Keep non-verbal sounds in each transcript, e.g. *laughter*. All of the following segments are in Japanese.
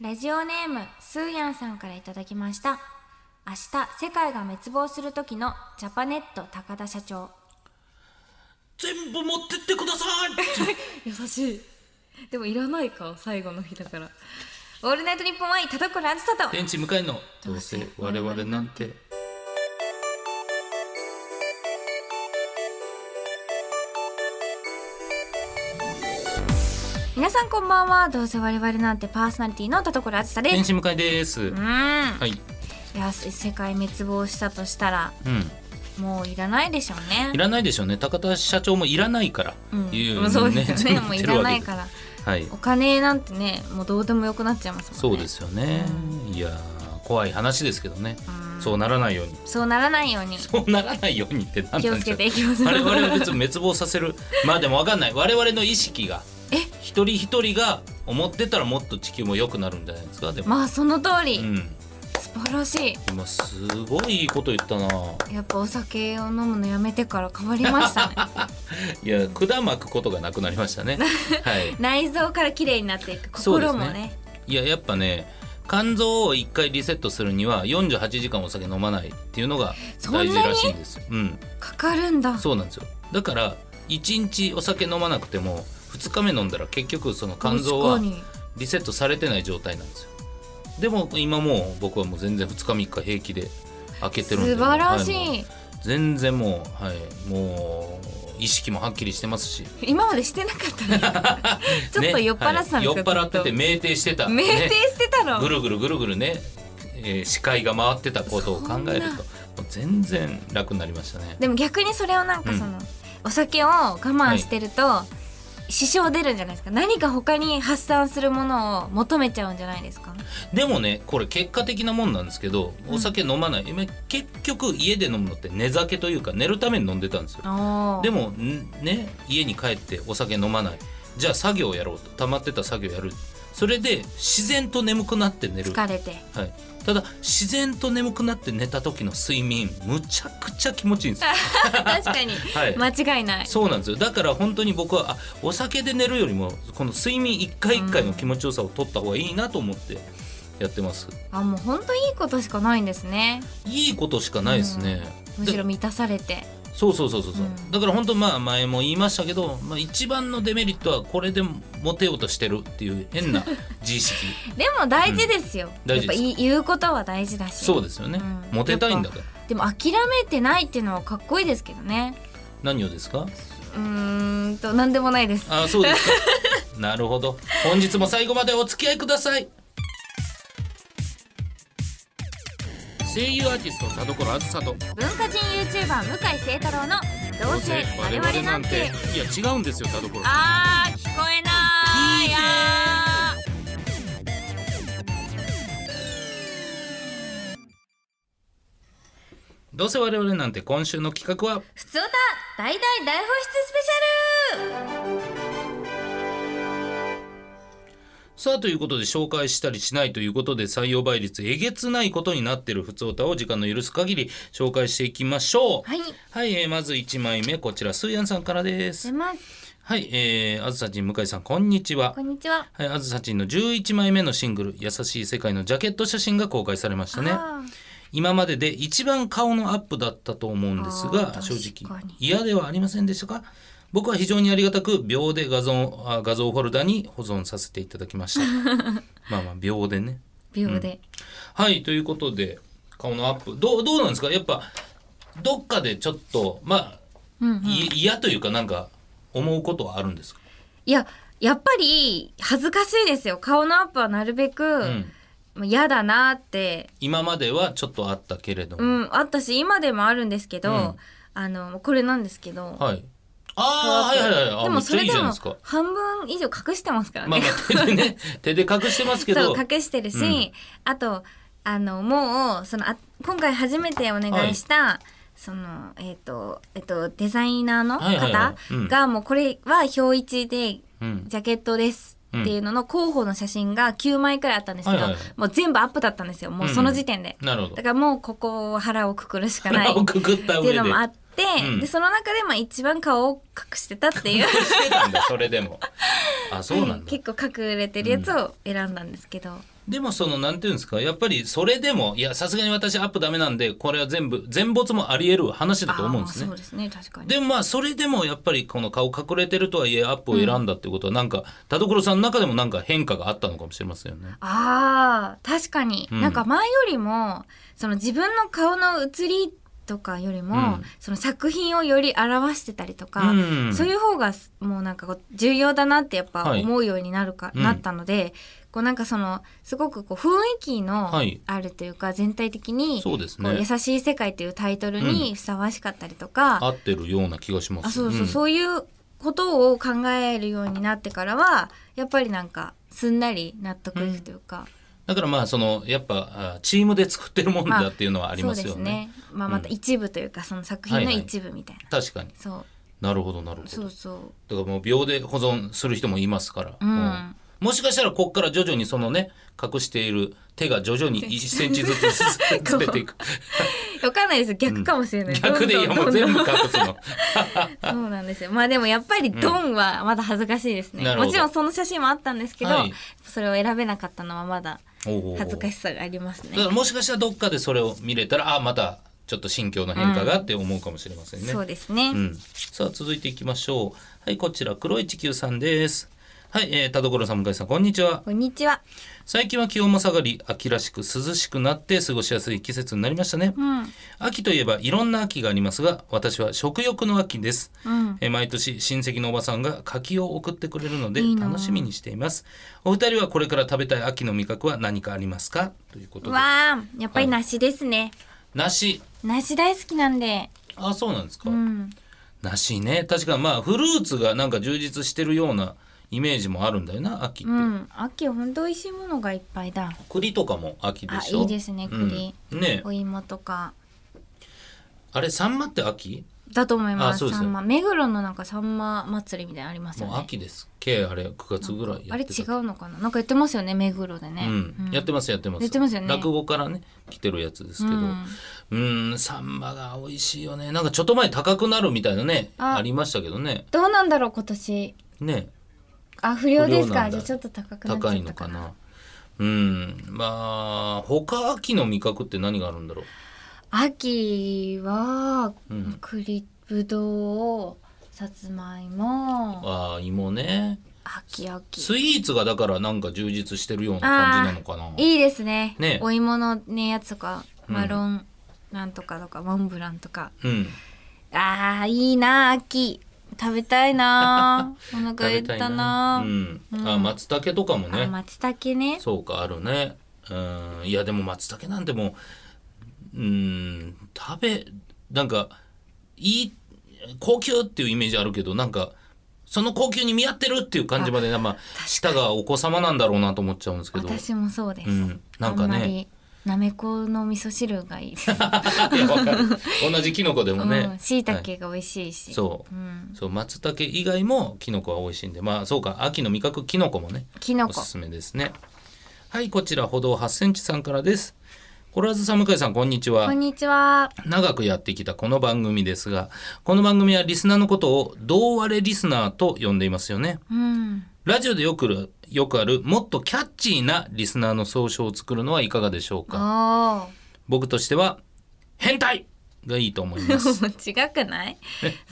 ラジオネームスーヤンさんからいただきました明日世界が滅亡する時のジャパネット高田社長全部持ってってください優しいでもいらないか最後の日だからオールナイトニッポンワイン田所あずさとベンチ向かいのどうせ我々なんて皆さんこんばんはどうせ我々なんてパーソナリティの田所あずさでベンすチ向かいですうん、はいいや世界滅亡したとしたらうんもういらないでしょうねいらないでしょうね高田社長もいらないからうんいもうそうですよね全部もう *laughs* 言いってるらわけないからはいお金なんてねもうどうでもよくなっちゃいますもそんうねですよねいやー怖い話ですけどねうんそうならないようにそうならないようにそうならないようにって何気なをんつでしょけうていきます我々は別に滅亡さ *laughs* せるまあでも分かんない我々の意識がえ一人一人が思ってたらもっと地球も良くなるんじゃないですかでも、まあその通り、うん素晴らし今すごいいいこと言ったないやっぱお酒を飲むのやめてから変わりましたね *laughs* いや管巻くことがなくなりまし *laughs* たねはい内臓から綺麗になっていくそうで心すねもねいややっぱね肝臓を一回リセットするには48時間お酒飲まないっていうのがそんな大に事らしいんですようんかかるんだそうなんですよだから1日お酒飲まなくても2日目飲んだら結局その肝臓は確かにリセットされてない状態なんですよでも今もう僕はもう全然2日3日平気で開けてるんで素晴らし、はいもう全然もうはいもう意識もはっきりしてますし今までしてなかったねちょっと *laughs* ね酔っ払ってたんですはか、い酔っ払っててず酩酊してと酩た酊ねしてたの、ぐるぐるぐるぐるね、えー視界が回ってたことを考えるそんなともう全然楽になりましたねでも逆にそれをなんかその、お酒を我慢してると、支障出るんじゃないですか何か他に発散するものを求めちゃうんじゃないですかでもねこれ結果的なもんなんですけどお酒飲まない、今結局家で飲むのって寝酒というか寝るために飲んでたんですよおーでもんね家に帰ってお酒飲まないじゃあ作業やろうと溜まってた作業やるそれで自然と眠くなって寝る疲れ *laughs* てはい、ただ自然と眠くなって寝た時の睡眠むちゃくちゃ気持ちいいんですよ、確かにはい間違いないそうなんですよだから本当に僕はあお酒で寝るよりもこの睡眠一回一回の気持ちよさを取った方がいいなと思ってやってます、あもう本当いいことしかないんですねいいことしかないですね、むしろ満たされてそうそうそうそうそう、うんだから本当まあ前も言いましたけど、まあ、一番のデメリットはこれでモテようとしてるっていう変な自意 *laughs* 識でも大事ですよ、うん大やっ事ぱですい言うことは大事だしそうですよね、うんモテたいんだからでも諦めてないっていうのはかっこいいですけどね何をですかうーんと何でもないですあそうですか *laughs* なるほど本日も最後までお付き合いください声優アーティスト田所あずさと文化人 YouTuber 向井聖太郎の「どうせ我々なんていや違うんですよ田所」あー聞こえないいいねやーどうせ我々なんて今週の企画は普通歌大大大放出スペシャルさあということで紹介したりしないということで採用倍率えげつないことになってる普通歌を時間の許す限り紹介していきましょうはいはい、えーまず1枚目こちらスーヤンさんからですすいませんはいえーあずさちん向井さんこんにちはこんにちははい、あずさちんの11枚目のシングル「優しい世界」のジャケット写真が公開されましたねあー今までで一番顔のアップだったと思うんですあーが正直確かに嫌ではありませんでしたか僕は非常にありがたく秒で画像あ画像フォルダに保存させていただきました *laughs* まあまあ秒でね秒で、はいということで顔のアップどうどうなんですかやっぱどっかでちょっとまあうんうんい嫌というかなんか思うことはあるんですか、いややっぱり恥ずかしいですよ顔のアップはなるべく、うんまあ嫌だなって今まではちょっとあったけれども、うんあったし今でもあるんですけど、うんあのこれなんですけど、はい。ああ、はいはいはい。であめもっそちゃれいいでじゃないもですか。半分以上隠してますからね、まあまあ手でね、手で隠してますけど。 *laughs* そう隠してるし、うんあとあのもうそのあ今回初めてお願いした、そのえっ、とえっ、とデザイナーのはいはいは方いうんがもうこれは表一でうん。ジャケットですっていうのの候補の写真が9枚くらいあったんですけど、はいはいはいもう全部アップだったんですよもうその時点で、なるほどだ。からもうここを腹をくくる *laughs* しかないっ腹をくくってたい上うで。のもあ隠って、うんでその中でまあ一番顔を隠してたっていう *laughs* *laughs* してたんだ、それでも。あ、そうなんだ。結構隠れてるやつを選んだんですけど、でもそのなんていうんですかやっぱりそれでもいやさすがに私アップダメなんでこれは全部全没もあり得る話だと思うんですあーねそう。ですね確かにでもまあそれでもやっぱりこの顔隠れてるとはいえアップを選んだってことはなんか田所さんの中でもなんか変化があったのかもしれませんよね。あー確かに、うんなんか前よりもその自分の顔の写りとかよりも、うんその作品をより表してたりとか、うんそういう方がもうなんかこう重要だなってやっぱはい思うようになるか、うんなったので、こうなんかそのすごくこう雰囲気のはいあるというか、全体的にそうですこうね優しい世界というタイトルにふさわしかったりとか、合ってるような気がします。あそうそう、うそういうことを考えるようになってからはやっぱりなんかすんなり納得いくというか。んだからまあそのやっぱあチームで作ってるもんだっていうのはありますよそうね。ですね。まあまた一部というか、その作品の一部みたいな。確かにそうなるほどなるほどそうそう。だからもう秒で保存する人もいますから、うんもしかしたらここから徐々にそのね隠している手が徐々に1センチずつずれていくわかんないです。逆かもしれない。逆でいやもう全部隠すのそうなんですよ。まあでもやっぱりドンはまだ恥ずかしいですなね。るほどもちろんその写真もあったんですけど、はいそれを選べなかったのはまだおう恥ずかしいしさがありますだかね。らもしかしたらどっかでそれを見れたらあまたちょっと心境の変化がって思うかもしれませんね、そうですね。うん、さあ続いていきましょうはいこちら黒い地球さんですはい、えー、田所さん向井さんこんにちはこんにちは。最近は気温も下がり秋らしく涼しくなって過ごしやすい季節になりましたね、うん。秋といえばいろんな秋がありますが私は食欲の秋です、うん。えー毎年親戚のおばさんが柿を送ってくれるのでいいなあ楽しみにしていますお二人はこれから食べたい秋の味覚は何かありますかということでわあ、やっぱり梨ですね。梨梨大好きなんで。あそうなんですか、うん。梨ね確かまあフルーツがなんか充実してるようなイメージもあるんだよな秋って、うん。秋は本当美味しいものがいっぱいだ。栗とかも秋でしょあいいですね栗、うんねお芋とか。あれサンマって秋だと思いまあす。そうですサンマ目黒のなんかサンマ祭りみたいなのありますよもうね。秋ですっけあれ9月ぐらいやってたあれ違うのかな。なんかやってますよね目黒でね。うん、やってますやってますやってますよね落語からね来てるやつですけどうんうんサンマが美味しいよねなんかちょっと前高くなるみたいなねあありましたけどねどうなんだろう今年。ねあ不良です不良なんだか。じゃあちょっと高くなっちゃ高いっのたかかな。なうんまあ他秋の味覚って何があるんだろう秋は、うん栗ぶどうさつまいもああ芋ね秋秋。スイーツがだからなんか充実してるような感じなのかないいですね。ねお芋のねやつとかうんマロンなんとかとか、モンブランとか。うんあーいいな秋食べたいな *laughs* お腹減ったなうん、うんあ松茸とかもあね松茸ねそうかあるねうんいやでも松茸なんてもううん食べなんかいい高級っていうイメージあるけどなんかその高級に見合ってるっていう感じまでまあ舌がお子様なんだろうなと思っちゃうんですけど私もそうです、うんなんかあんまねりなめこの味噌汁がいいです、いやわかる *laughs* 同じキノコでもうんね椎は茸が美味しいいし、そううんそう松茸以外もキノコは美味しいんでまあそうか秋の味覚キノコもねきのおこすすめですねはいこちら歩道8センチさんからですコラーズさん向井さんこんにちはこんにちは長くやってきたこの番組ですがこの番組はリスナーのことを「同割れリスナー」と呼んでいますよねうんラジオでよくるよくあるもっとキャッチーなリスナーの総称を作るのはいかがでしょうかあ僕としては「変態!」がいいと思いまー *laughs* す違く *laughs* ない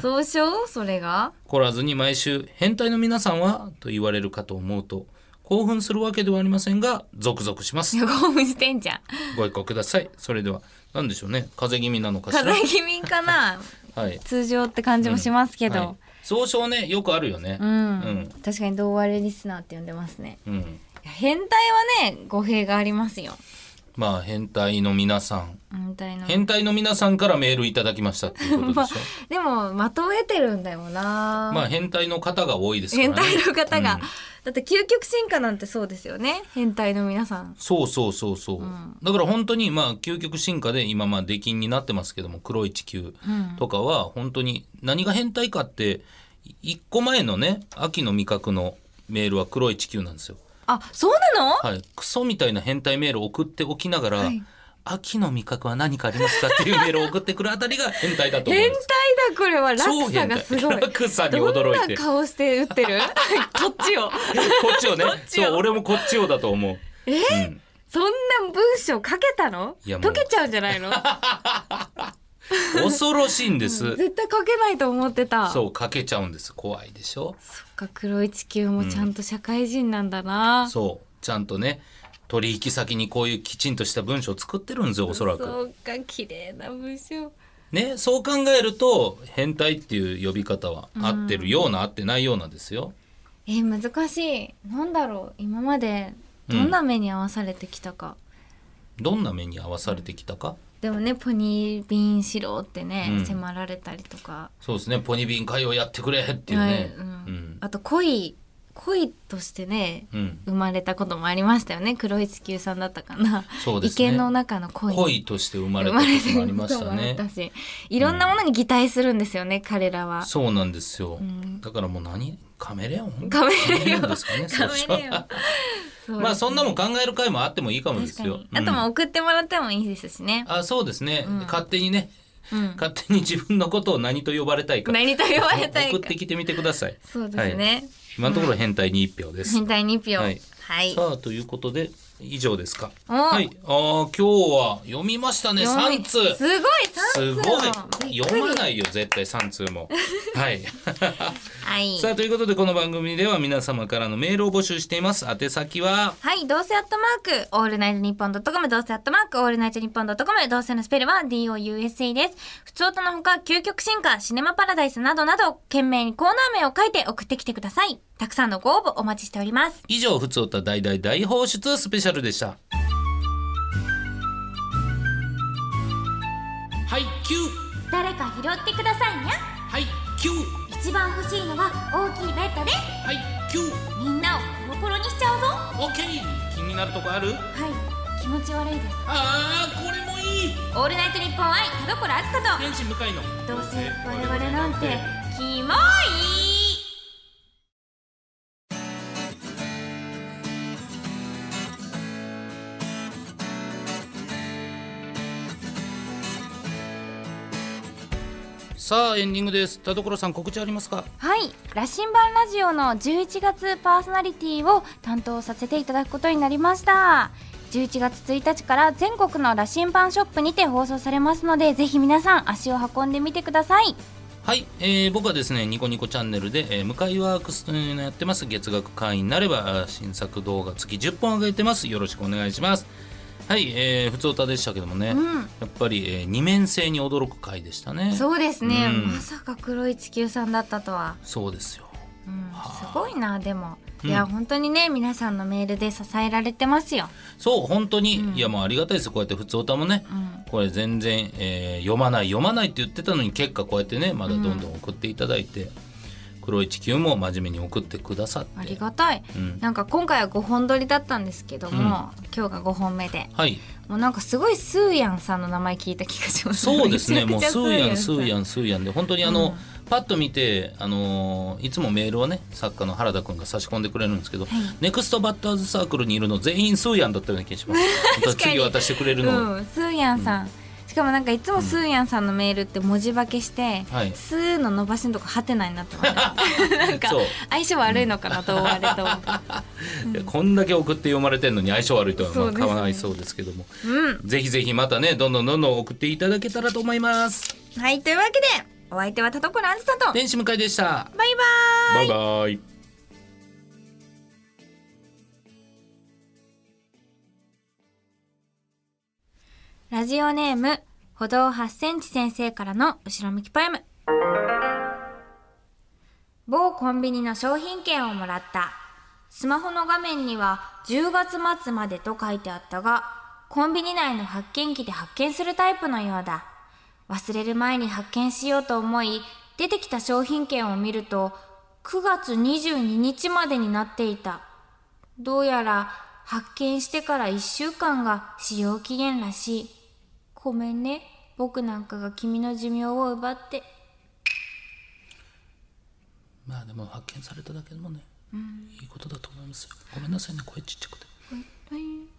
総称それが来らずに毎週「変態の皆さんは?」と言われるかと思うと興奮するわけではありませんがゾクゾクします興奮してんじゃんご一行くださいそれでは何でしょうね風邪気味なのかし風ら邪気味か *laughs* なはい通常って感じもしますけはいど、総称ねよくあるよねうん、うん確かに同割れリスナーって呼んでますねうんいや変態はね語弊がありますよまあ変態の皆さんみたいな変態の皆さんからメールいただきましたっていうことでし *laughs* ょ、でも的を得てるんだよな、まあ変態の方が多いですから変ね態の方が、うんだって究極進化なんてそうですよね変態の皆さんそうそうそうそう、んだから本当にまあ究極進化で今まあ出禁になってますけども黒い地球うんとかは本当に何が変態かって一個前のね秋の味覚のメールは黒い地球なんですよあそうなの、はい、クソみたいな変態メールを送っておきながら、はい秋の味覚は何かありますかっていうメールを送ってくるあたりが変態だと思い変態ます。だこれは落差がすごい落差にどん驚いてなこ *laughs* 顔して打ってるこっちをっちをねちをそう俺もこっちをだと思うえ *laughs* うんそんな文章書けたのいやもう解けちゃうんじゃない *laughs* の恐ろしいんです絶対書けないと思ってたそうかけちゃうんです怖いでしょそっか黒い地球もちゃんと社会人なんだな、そうちゃんとね取引先にこういうきちんとした文章を作ってるんですよおそらくそうか綺麗な文章ねそう考えると変態っていう呼び方は合ってるような合ってないようなですよえー難しいなんだろう今までうどんんな目に遭わされてきたか、どんな目に合わされてきたかでもねポニービンシローってね、うん迫られたりとかそうですねポニビン会をやってくれっていうねはいううんん、あと恋恋としてねうん生まれたこともありましたよね黒い地球さんだったかな、そうですね池の中の恋恋として生まれたこともありました生まれねたしいろんなものに擬態するんですよね、彼らはそうなんですよ、んだからもう何カメレオンカメレオンですかねカメレオンそうですねまあそんなもん考える回もあってもいいかもで確すかよに。あとうんも送ってもらってもいいですしね、あそうですね、うん勝手にねうん、勝手に自分のことを何と呼ばれたいか何と言われたいか送ってきてみてくださいそうですはい、ね、今のところ変態に一票です、変態二票ははいい、さあということで以上ですかおはいあー今日は読みましたね読み3通すごいす三ご通い読まいないよ絶対3通 *laughs* もはいはいさあということでこの番組では皆様からのメールを募集しています宛先ははい、どうせアットマーク、オールナイトニッポンドットコム、どうせアットマーク、オールナイトニッポンドットコム、どうせのスペルは DOUSA です。普通音のほか、究極進化、シネマパラダイスなどなど、懸命にコーナー名を書いて送ってきてください。たくさんのご応募お待ちしております。以上「ふつおた大大大放出スペシャル」でしたはいキュー誰か拾ってくださいにゃはいキュー一番欲しいのは大きいベッドです。はいキューみんなをコロコロにしちゃうぞ。はオッケー気になるとこあるい、気持ち悪いです。あーこれもいいオールナイトニッポン愛、田所あずさ天使向かいのと、どうせ我々なんて、キモいさあエンディングです田所さん告知ありますかはい、羅針盤ラジオの11月パーソナリティを担当させていただくことになりました。11月1日から全国の羅針盤ショップにて放送されますので、ぜひ皆さん足を運んでみてください。はい、えー僕はですねニコニコチャンネルで、えー向井ワークスというのやってます月額会員になればあー新作動画月10本上げてますよろしくお願いしますはい、えー、普通歌でしたけどもね、うんやっぱり、えー二面性に驚く回でしたねそうそうですね、うんまさか黒い地球さんだったとは、ですようん、すごいなでも、ういんや本当にね皆さんのメールで支えられてますよ、そう本当に、いやもうありがたいですよこうやって普通歌もね、うんこれ全然、えー読まない読まないって言ってたのに結果こうやってねまだどんどん送っていただいて、黒い地球も真面目に送ってくださってありがたい、うんなんか今回は5本撮りだったんですけども、今日が5本目ではいもうなんかすごいスーヤンさんの名前聞いた気がしますそうです *laughs* ね、もうスーヤン、スーヤンン、スーヤンで、本当にあの、うんパッと見て、あのーいつもメールをね、作家の原田君が差し込んでくれるんですけど、ネクストバッターズサークルにいるの全員スーヤンだったような気がします。 *laughs* 本当は次渡してくれるの、うんスーヤンさん、しかもなんかいつもスーヤンさんのメールって文字化けして、はいスーの伸ばしのとこハテナになってますなんか *laughs* そう相性悪いのかなと思われたいやこんだけ送って読まれてるのに相性悪いとは、まそあ、うですねかわいそうですけども、うんぜひぜひまたね、どんどんどんどん送っていただけたらと思います。はい、というわけで、お相手は田所あずさと、バイ天使向井でした。バーイバイバイ。ラジオネーム、歩道8センチ先生からの後ろ向きポエム。某コンビニの商品券をもらった。スマホの画面には10月末までと書いてあったが、コンビニ内の発見機で発見するタイプのようだ。忘れる前に発見しようと思い、出てきた商品券を見ると、9月22日までになっていた。どうやら発見してから1週間が使用期限らしい。ごめんね。僕なんかが君の寿命を奪って。まあでも発見されただけでもね、いいことだと思いますよ。ごめんなさいね、声ちっちゃくて。はい